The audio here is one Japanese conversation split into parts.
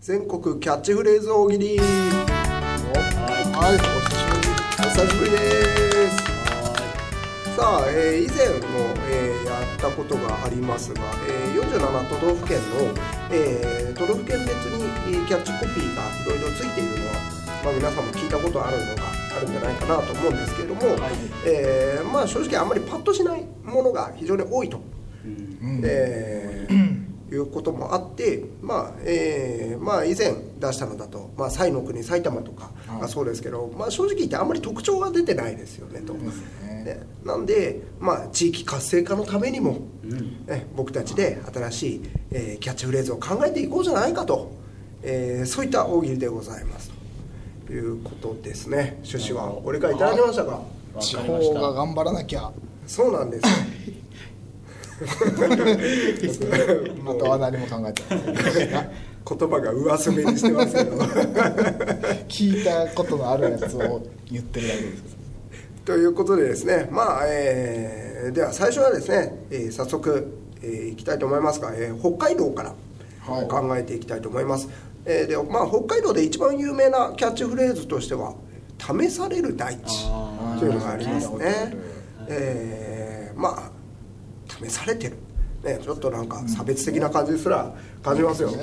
全国キャッチフレーズ大喜利はい、お久しぶりお久しぶりですさあ、えー以前も、えーやったことがありますが、えー47都道府県の、えー都道府県別に、えーキャッチコピーがいろいろついているのは、まあ、皆さんも聞いたことあるのがあるんじゃないかなと思うんですけれども、えーまあ、正直あんまりパッとしないものが非常に多いと。えーいうこともあって、まあえーまあ、以前出したのだと「まあ、西の国埼玉」とかがそうですけど、まあ、正直言ってあんまり特徴が出てないですよねと。ねなんで、まあ、地域活性化のためにも、ね僕たちで新しい、えーキャッチフレーズを考えていこうじゃないかと、えーそういった大喜利でございますということですね趣旨は俺からいただきましたがわ地かりまし方がた頑張らなきゃそうなん ですよまたは何も考えてない 言葉が上澄みにしてますけど聞いたことのあるやつを言ってるだけですけどということでですねまあ、えーでは最初はですね、えー早速、えーいきたいと思いますが、えー北海道からはい考えていきたいと思います、えーでまあ、北海道で一番有名なキャッチフレーズとしては「試される大地」あーというのがありますねなるほどえーまあ試されてる、ね、ちょっとなんか差別的な感じすら感じますよ、うん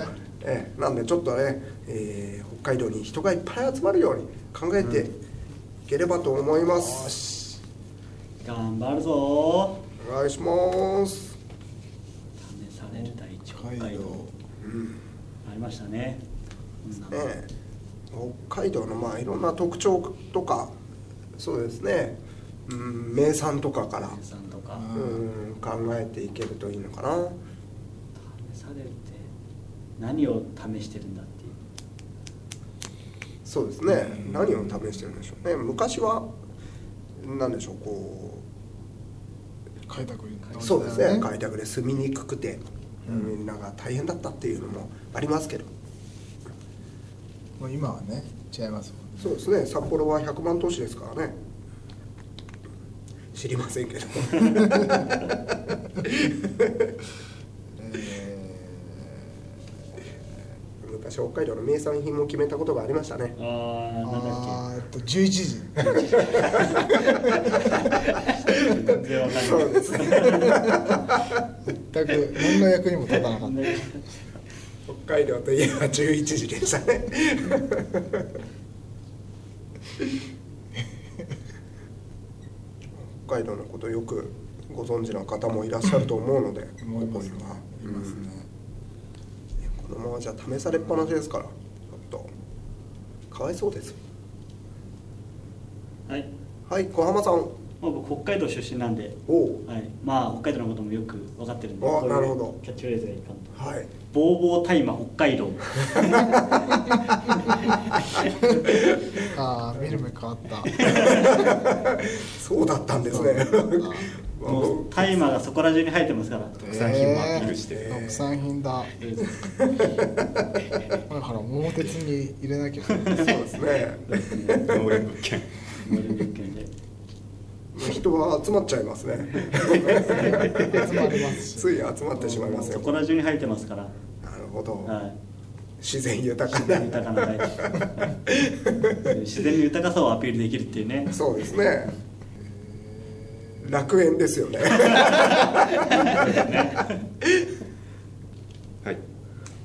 えーなんでちょっとね、えー北海道に人がいっぱい集まるように考えていければと思います、頑張るぞお願いします試される第一北海北道海道ありましたねねえ北海道のまあいろんな特徴とかそうですね、うん、名産とかから、さんとかうん、考えていけるといいのかな試されるって何を試してるんだっていうそうですね、何を試してるんでしょうね昔は何でしょうこ開拓にうそうですね開拓で住みにくくて、みんなが大変だったっていうのもありますけどもう今はね違いますそうですね札幌は100万都市ですからね知りません けどもん、え昔北海道の名産品も決めたことがありましたねあーなんー、だっあーえっと11時け全然わかんないそうですね全く何の役にも立たなかっね北海道といえば11時でしたね北海道のことよくご存知の方もいらっしゃると思うのでた思いますねここには、いますね、うんこのままじゃ試されっぱなしですからちょっとかわいそうですはいはい小浜さんまあ僕北海道出身なんでおおはいまあ北海道のこともよく分かってるんであこういうなるほどキャッチフレーズがいいかんとはいボーボー大麻北海道ああ見る目変わ ったそうだったんですねもう大麻がそこら中に生えてますから特産品もアピールしてえー特産品だだから桃鉄に入れなき ゃそうですね農連物件森の物件で人は集まっちゃいますね集まりますしつい集まってしまいますよそこら中に生えてますからなるほど、はい自然豊か自な然豊かな大地 はい自然の豊かさをアピールできるっていうねそうですね楽園ですよねはい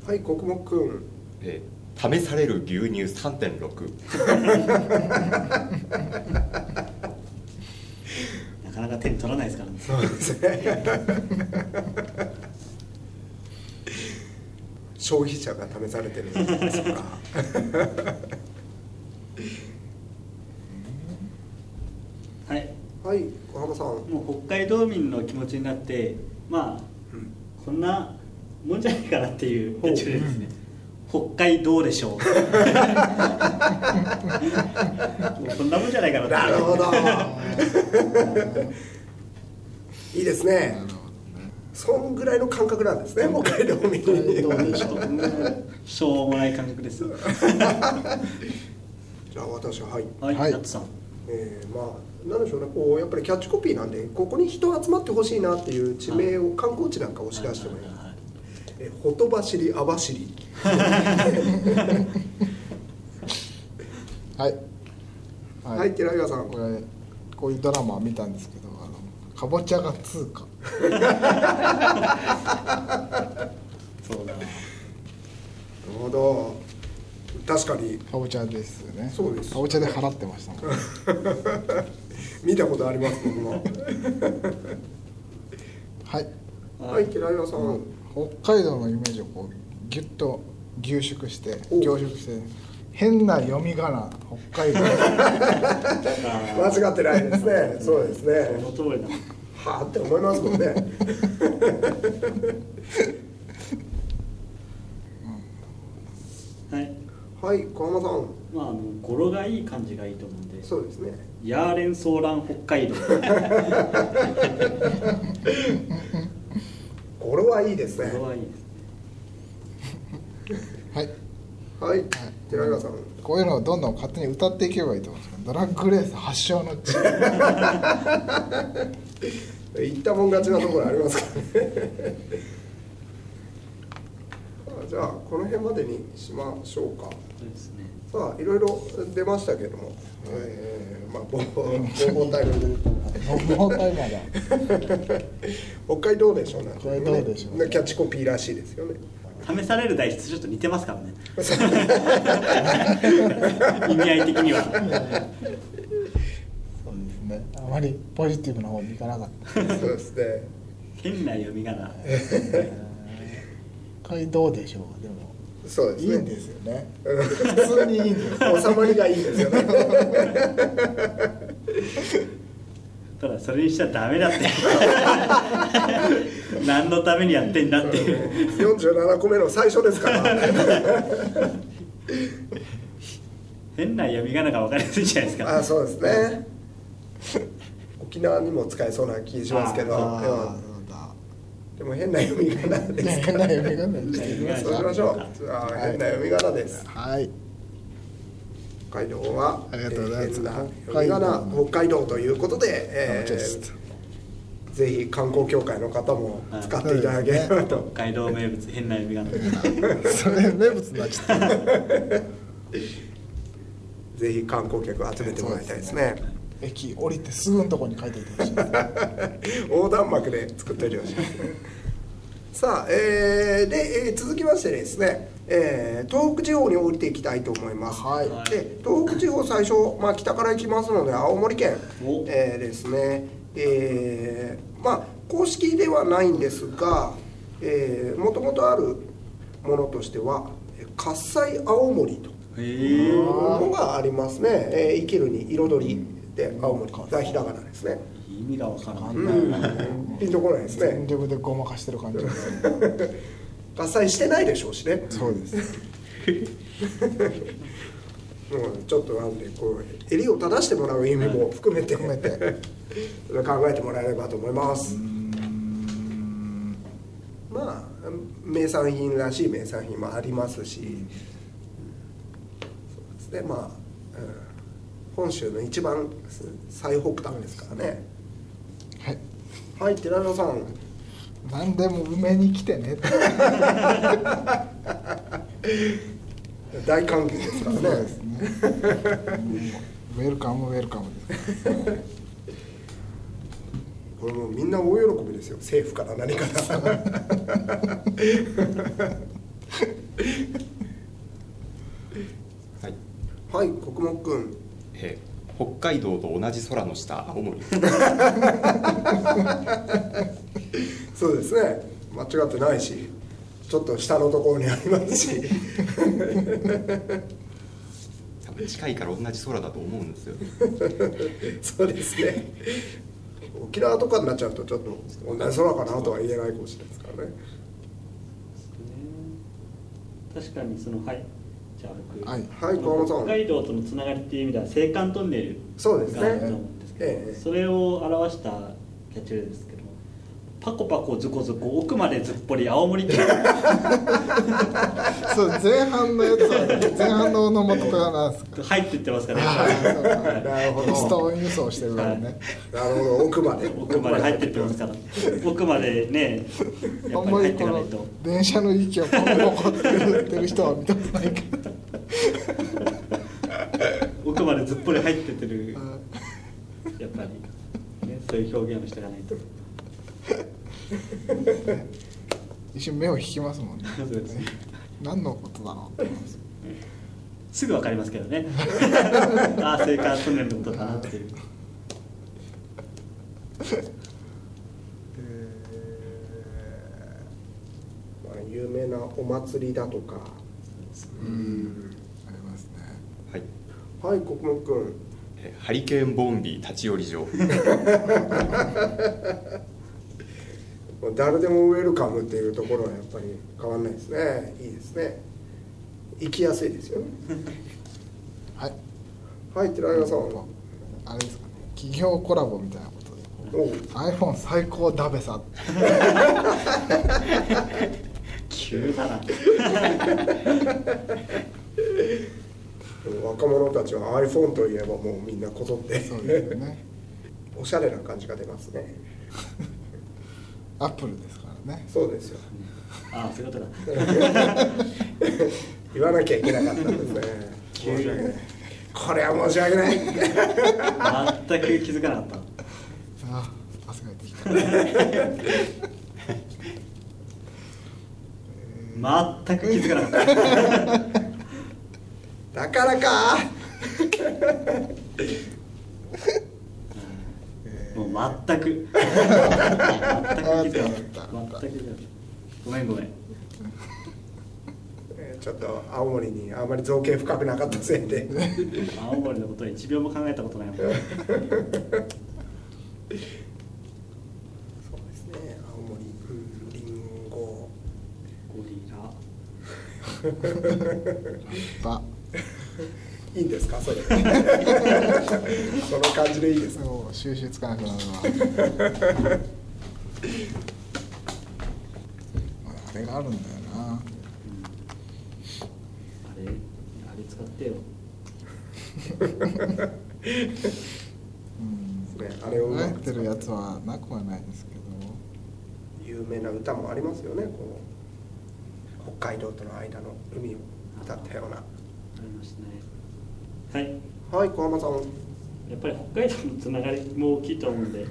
はい国木くんえー試される牛乳3.6なかなか手に取らないですからねそうですね 消費者が試されてるんですからはいはい小浜さんもう北海道民の気持ちになってまあこんなもんじゃないかなっていうキャッチフレーズですね北海道で しょうもうこんなもんじゃないかなってなるほどいいですねそんぐらいの感覚なんですね北海道民にどうでしょうしょうもない感覚ですよじゃあ私ははいはい、はいナッツさんえーまあなんでしょうねこうやっぱりキャッチコピーなんでここに人集まってほしいなっていう地名を観光地なんか押し出してもいいはえーほとばしりあばしりはいは、はいい、寺岩さんこれこういうドラマ見たんですけどあのかぼちゃが通貨そうだなるほど確かにかぼちゃですよねそうですかぼちゃで払ってましたもんね見たことあります僕もはいはい寺岩さん、北海道のイメージをこうギュッと凝縮してお凝縮して変な読み仮名北海道 間違ってないですねそうですねその通りだはあって思いますもんねはいはい小浜さんまああの語呂がいい感じがいいと思うんでそうですねヤーレンソーラン北 海道これはいいですね語呂はいいですねはいはい寺岩さんこういうのをどんどん勝手に歌っていけばいいと思うんですけどドラッグレース発祥の 地言ったもん勝ちなところありますからね あじゃあこの辺までにしましょうかそうですねさあいろいろ出ましたけども、えーまあぼぼぼタイムでもうタイマーだ北海道でしょなんていうね北海道でしょうねキャッチコピーらしいですよね試される代質ちょっと似てますか らね意味合い的にはそうですねあまりポジティブな方にいかなかったそうですね変な読み仮名北海道でしょうでもそうですいねいんですよねうん普通にいいんですよ収まりがいいんです よねただそれにしちゃダメだって 何のためにやってんだっていう47個目の最初です から変な読み仮名が分かりやすいじゃないですかあそうですね 沖縄にも使えそうな気しますけどああそうだうんでも変な読み仮名ですか変らな読み仮名にしていきま名すそうしましょうじゃあ変な読み仮名ですはい北海道はありがとうございますえー変な読み仮名北海道ということで、えかぼちゃですーぜひ観光協会の方も使っていただければと、北海道名物変な読み仮名それ名物になっちゃった ぜひ観光客集めてもらいたいですね駅降りてすぐのとこに書いておいてほしいですね 横断幕で作っておいてほしいですねさあ、えーで、えー続きましてですね、えー東北地方に降りていきたいと思います、はいで東北地方最初、まあ、北から行きますので青森県、おえーですね、えーまあ公式ではないんですがもともとあるものとしては「喝采青森」と。へえいうのがありますね、えー生きるに彩りで青森がひらがなですね、意味が分からなあいんうな、ん、ピンとこないです全ね力でごまかしてる感じですね合切してないでしょうしね、そうですうん、ちょっとなんでこう襟を正してもらう意味も含めて含めて考えてもらえればと思いますまあ名産品らしい名産品もありますし、そうですねまあ、うん本州の一番最北端ですからねはいはい寺田さん何でも梅に来てねって大歓迎ですからそうねですねウェルカムウェルカムですこれもうみんな大喜びですよ政府から何から。はいはい、国木くん。えー北海道と同じ空の下青森そうですね。間違ってないし、ちょっと下のところにありますし。 多分近いから同じ空だと思うんですよそうですね。沖縄とかになっちゃうとちょっと同じ空かなとは言えないかもしれないですからね。確かにそのはいじゃあ僕はいはい小浜さん北海道とのつながりっていう意味では青函トンネルそうですねがあると思うんですけどええそれを表したキャッチフレーズですけど「パコパコズコズコ奥までずっぽり青 森県そう前半のやつは前半のオノマトペがなん ですか入ってってますからねあーそうかなるほどストーン輸送してるからね、なるほど奥まで奥まで入ってってますから奥までねやあっんぱり入まっりていこかないのと電車の息をポコポコって言ってる人は見たことないから奥までずっぽり入ってってるやっぱり、ね、そういう表現をしていかないと一瞬目を引きますもんねそうですね何のことだろうって思いますすぐ分かりますけど ねああ生活トンネルのことだなっていうえーまあ、有名なお祭りだとかうんありますねはい、はい国分君えーハリケーンボンビー立ち寄り場もう誰でもウェルカムっていうところはやっぱり変わんないですねいいですね行きやすいですよねはいはい寺山さんはあれですかね企業コラボみたいなことでおう iPhone 最高ダベさ急だなでも若者たちは iPhone といえばもうみんなこぞってそうですよねおしゃれな感じが出ますねアップルですからねそうですよああそういうことだ言わなきゃいけなかったんですね申し訳ないこれは申し訳ない全く気づかなかったあ汗かいてきた全く気づかなかった だからかもう全く全く気づかなかった全く気づかなかったごめんごめんえーちょっと青森にあまり造形深くなかったせいで青森のことは1秒も考えたことないもんそうですね青森うんりんごゴリラバ いいんですか それその感じでいいですかそう収集つかなくなるなあれがあるんだよなあれあれ使ってようんねあれを考えてるやつはなくはないですけど有名な歌もありますよねこう北海道との間の海を歌ったようなありましたねはいはい小浜さんはやっぱり北海道のつながりも大きいと思うんで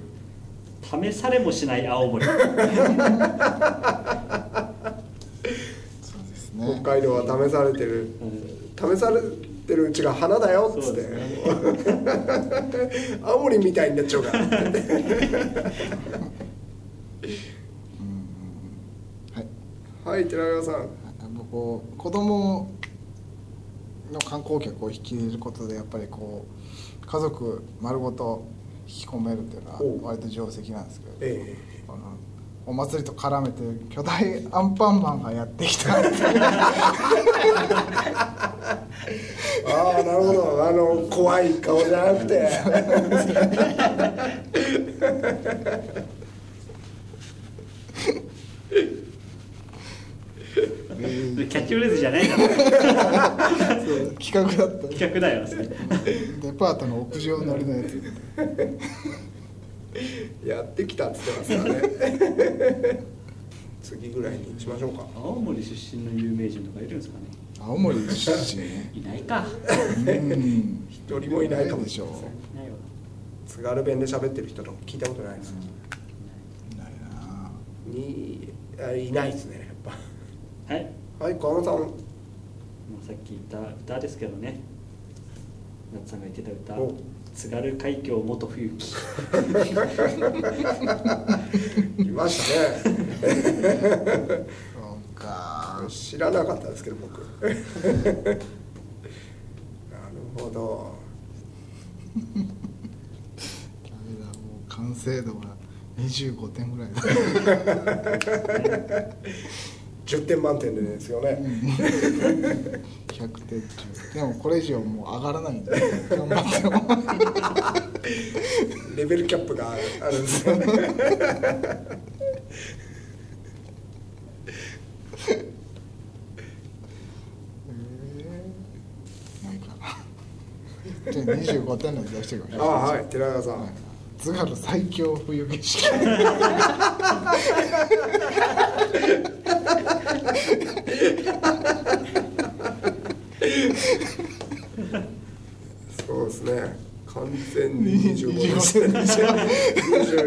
試されもしない青森そうですね北海道は試されてる試されてるうちが花だよっつって、 そう青森みたいになっちゃうからうんうんうんはいはい寺山さんあのこう子供の観光客を引き入れることでやっぱりこう家族丸ごと引き込めるっていうのはおう割と定石なんですけど、えこのお祭りと絡めて巨大アンパンマンがやってきたえああなるほどあの怖い顔じゃなく てキャッチフレーズじゃないから企画だった企画だよそれデパートの屋上乗りのやつやってきたっつってますからね次ぐらいにしましょうか青森出身の有名人とかいるんですかね青森出身ね いないかうん一人もいないかもでしょ ういないわ津軽弁で喋ってる人とか聞いたことないです、いないなにあいないですねやっはいもぱはい小浜さんうさっき言った歌ですけどね夏さんが言ってた歌お「津軽海峡元冬木」いましたねそうか知らなかったですけど僕 なるほどダメだもう完成度が25点ぐらいだ10点満点でですよ ね、 100点中でもこれ以上もう上がらないんで頑張ってもレベルキャップがあるんですよねじゃあ25点の出してくだあさいはい寺川さん、津軽最強冬景色 そうですね完全に25で25す点でし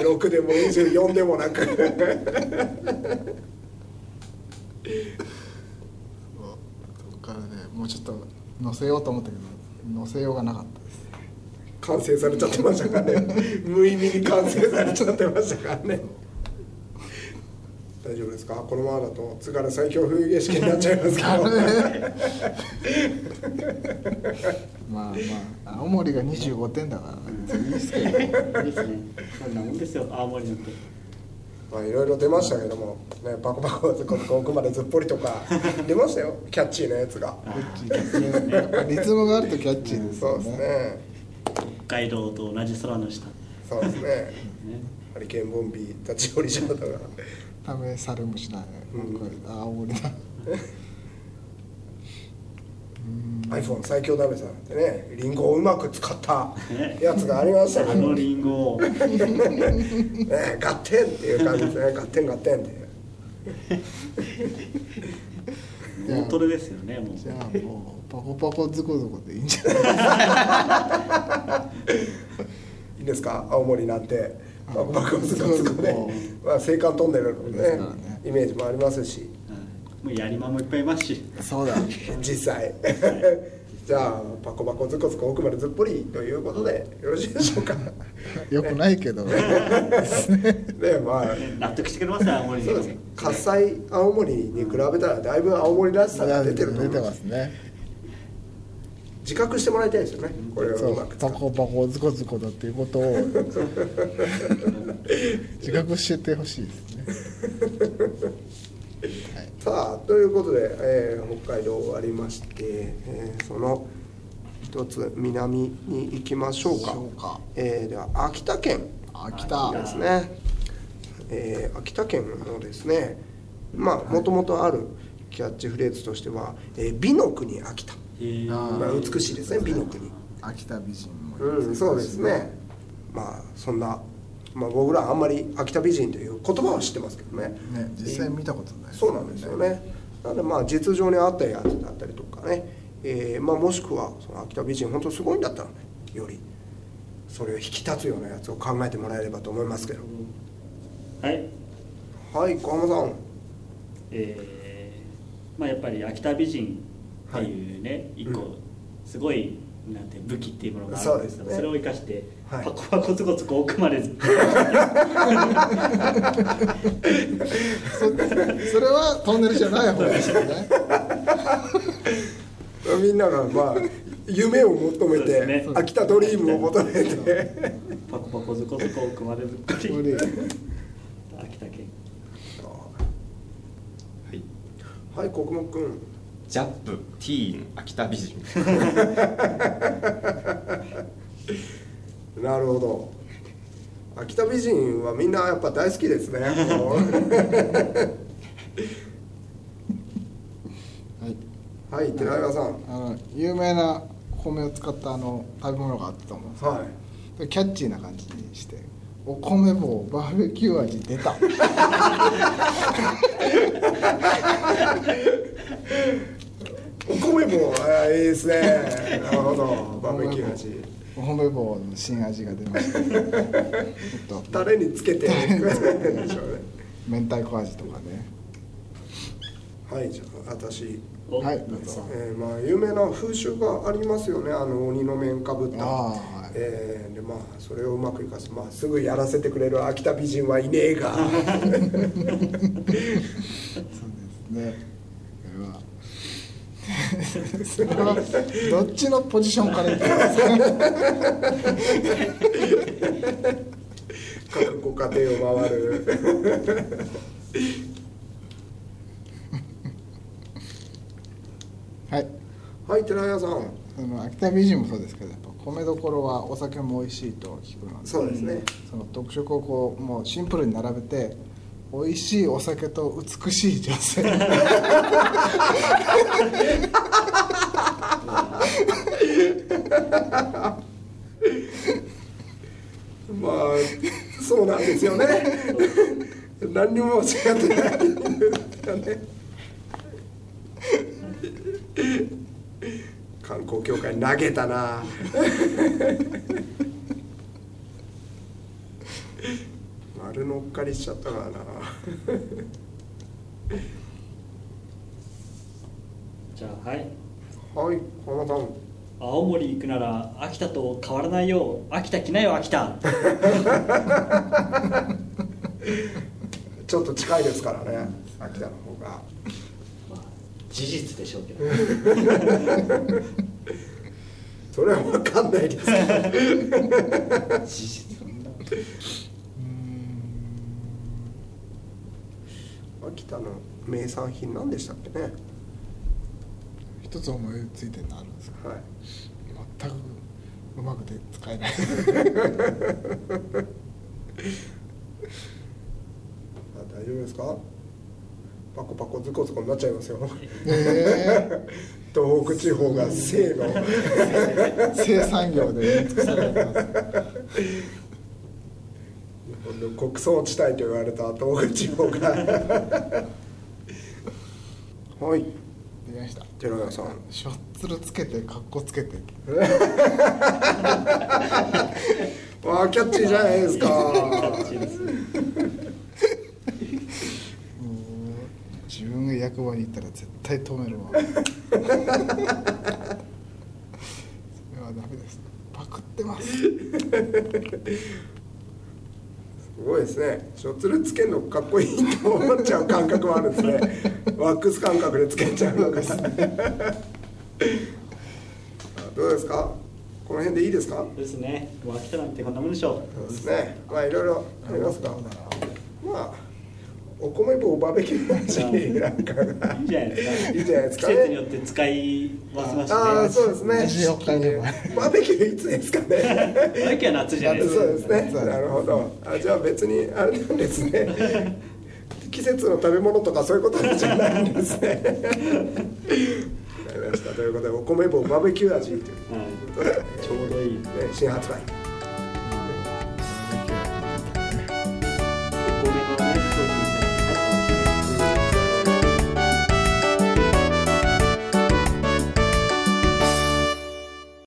ょ26でも24でもなくそっからねもうちょっと乗せようと思ったけど乗せようがなかったです完成されちゃってましたからね無意味に完成されちゃってましたからね大丈夫ですかこのままだと津軽最強冬景色になっちゃいますけどまあまあ青森が25点だから別にいいですけどいいですねそんなもんですよ青森なんてまあいろいろ出ましたけども、ね、パコパコズコズコ奥までずっぽりとか出ましたよキャッチーなやつがあ リズムがあるとキャッチーですそようですね。ね北海道と同じ空の下ねそうですねハリケーンボンビー立ち寄りしちゃったから試されもしない。うんこれ青森だ。 iPhone 最強ダメさんってねリンゴをうまく使ったねやつがありました あけどのねリンゴをガッテンっていう感じですねガッテンガッテンっていう脳トレですよねもうじゃあもうパコパコズコズコでいいんじゃない。いいですか青森なんてパコパコズコズコでそうそうまあ青函トンネルのですねからねイメージもありますしはいもうやりまもいっぱいいますしそうだ。実際じゃあパコパコズコズコ奥までずっぽりということでよろしいでし ょうかね よくないけど。まあ納得してくれま すよ青森そうですに喝采青森に比べたらだいぶ青森らしさが出てると出思ていまますすね。自覚してもらいたいですよねこれをそううまく使っパてコパコズコズコだっていうこと を自覚しててほしいですね。さあということで、えー北海道終わりまして、えーその一つ南に行きましょうかそうかえーでは秋田県秋で田すね、えー秋田県のですねまあもともとあるキャッチフレーズとしては「えー美の国秋田」えーあーまあ、美しいですね美の国秋田美人もいいうんそうですねまあそんな、まあ、僕らあんまり秋田美人という言葉は知ってますけどねね実際見たことない。そうなんですよ。ね。なのでまあ実情に合ったやつだったりとかね、えーまあ、もしくはその秋田美人本当すごいんだったらねよりそれを引き立つようなやつを考えてもらえればと思いますけどはいはい小浜さんえーまあやっぱり秋田美人っていうね一う個んすごいなんて武器っていうものがあそるうんでですすねけどそれを生かしてはいパコパコツコツコ奥まで そそれはトンネルじゃない方ですよ ね。みんながまあ 夢を求めそうですてね秋田ドリームを求めてパコパコツコツコ奥までぶっこりこれ秋田県はい はい国木君ジャップティーン秋田美人なるほど秋田美人はみんなやっぱ大好き ですねもうはい。はい寺山さんあの有名な米を使ったあの食べ物があったと思うんですよはいでキャッチーな感じにしてお米棒バーベキュー味出たお米もあーいいですねなるほどバーベキュー味お米棒の新味が出ましたちょっとタレにつけて食えるんでしょうね明太子味とかねはいじゃあ私、おはいなんかえーまあ有名な風習がありますよねあの鬼の面かぶったあーはいえーでまあそれをうまく生かす、まあ、すぐやらせてくれる秋田美人はいねえ がそうですねそれは それはどっちのポジションからいきますか各ご家庭を回るはいはい寺谷さんその秋田美人もそうですけどやっぱ米どころはお酒も美味しいと聞くのでそうですねその特色をこうもうシンプルに並べて美味しいお酒と美しい 女性まあそうなんですよね何にも間違ってないですよね観光協会投げたな丸乗っかりしちゃったからなじゃあはいはい浜田さん青森行くなら秋田と変わらないよ秋田来なよ秋 田ちょっと近いですからね秋田の方がまあ事実でしょうけどそれは分かんないですけど事実なんだ 秋田の名産品何でしたっけね一つ思いついてるのあるんですかはい全くうまくで使えない あ大丈夫ですかパコパコズコズコになっちゃいますよ え東北地方が性のー生産業で見尽くされてます日本の国葬地帯と言われた東北地方が はいできました寺田さんしょっつるつけてかっこつけてわあキャッチーじゃないですかもう自分が役場に行ったら絶対止めるわそれはダメですパクってますすごいですねしょっつるつけるのかっこいいと思っちゃう感覚もあるん ですねワックス感覚でつけちゃうのがどうですかこの辺でいいですかですねもう秋田なんてこんなもんでしょそうですね。まあいろいろありますが、まあお米棒バーベキューだし、なんかういいんじゃないですかいいじゃないですか季ね節によって使い忘れまああしそうてですね。 24回でもバーベキューいつですかね。ね秋は夏じゃないですかそうですね。なるほど。あじゃあ別にあれなんですね。 季節の食べ物とかそういうことじゃないんですね。 わかりました。ということでお米棒バーベキュー味というはいことで、ちょうどいいね新発売。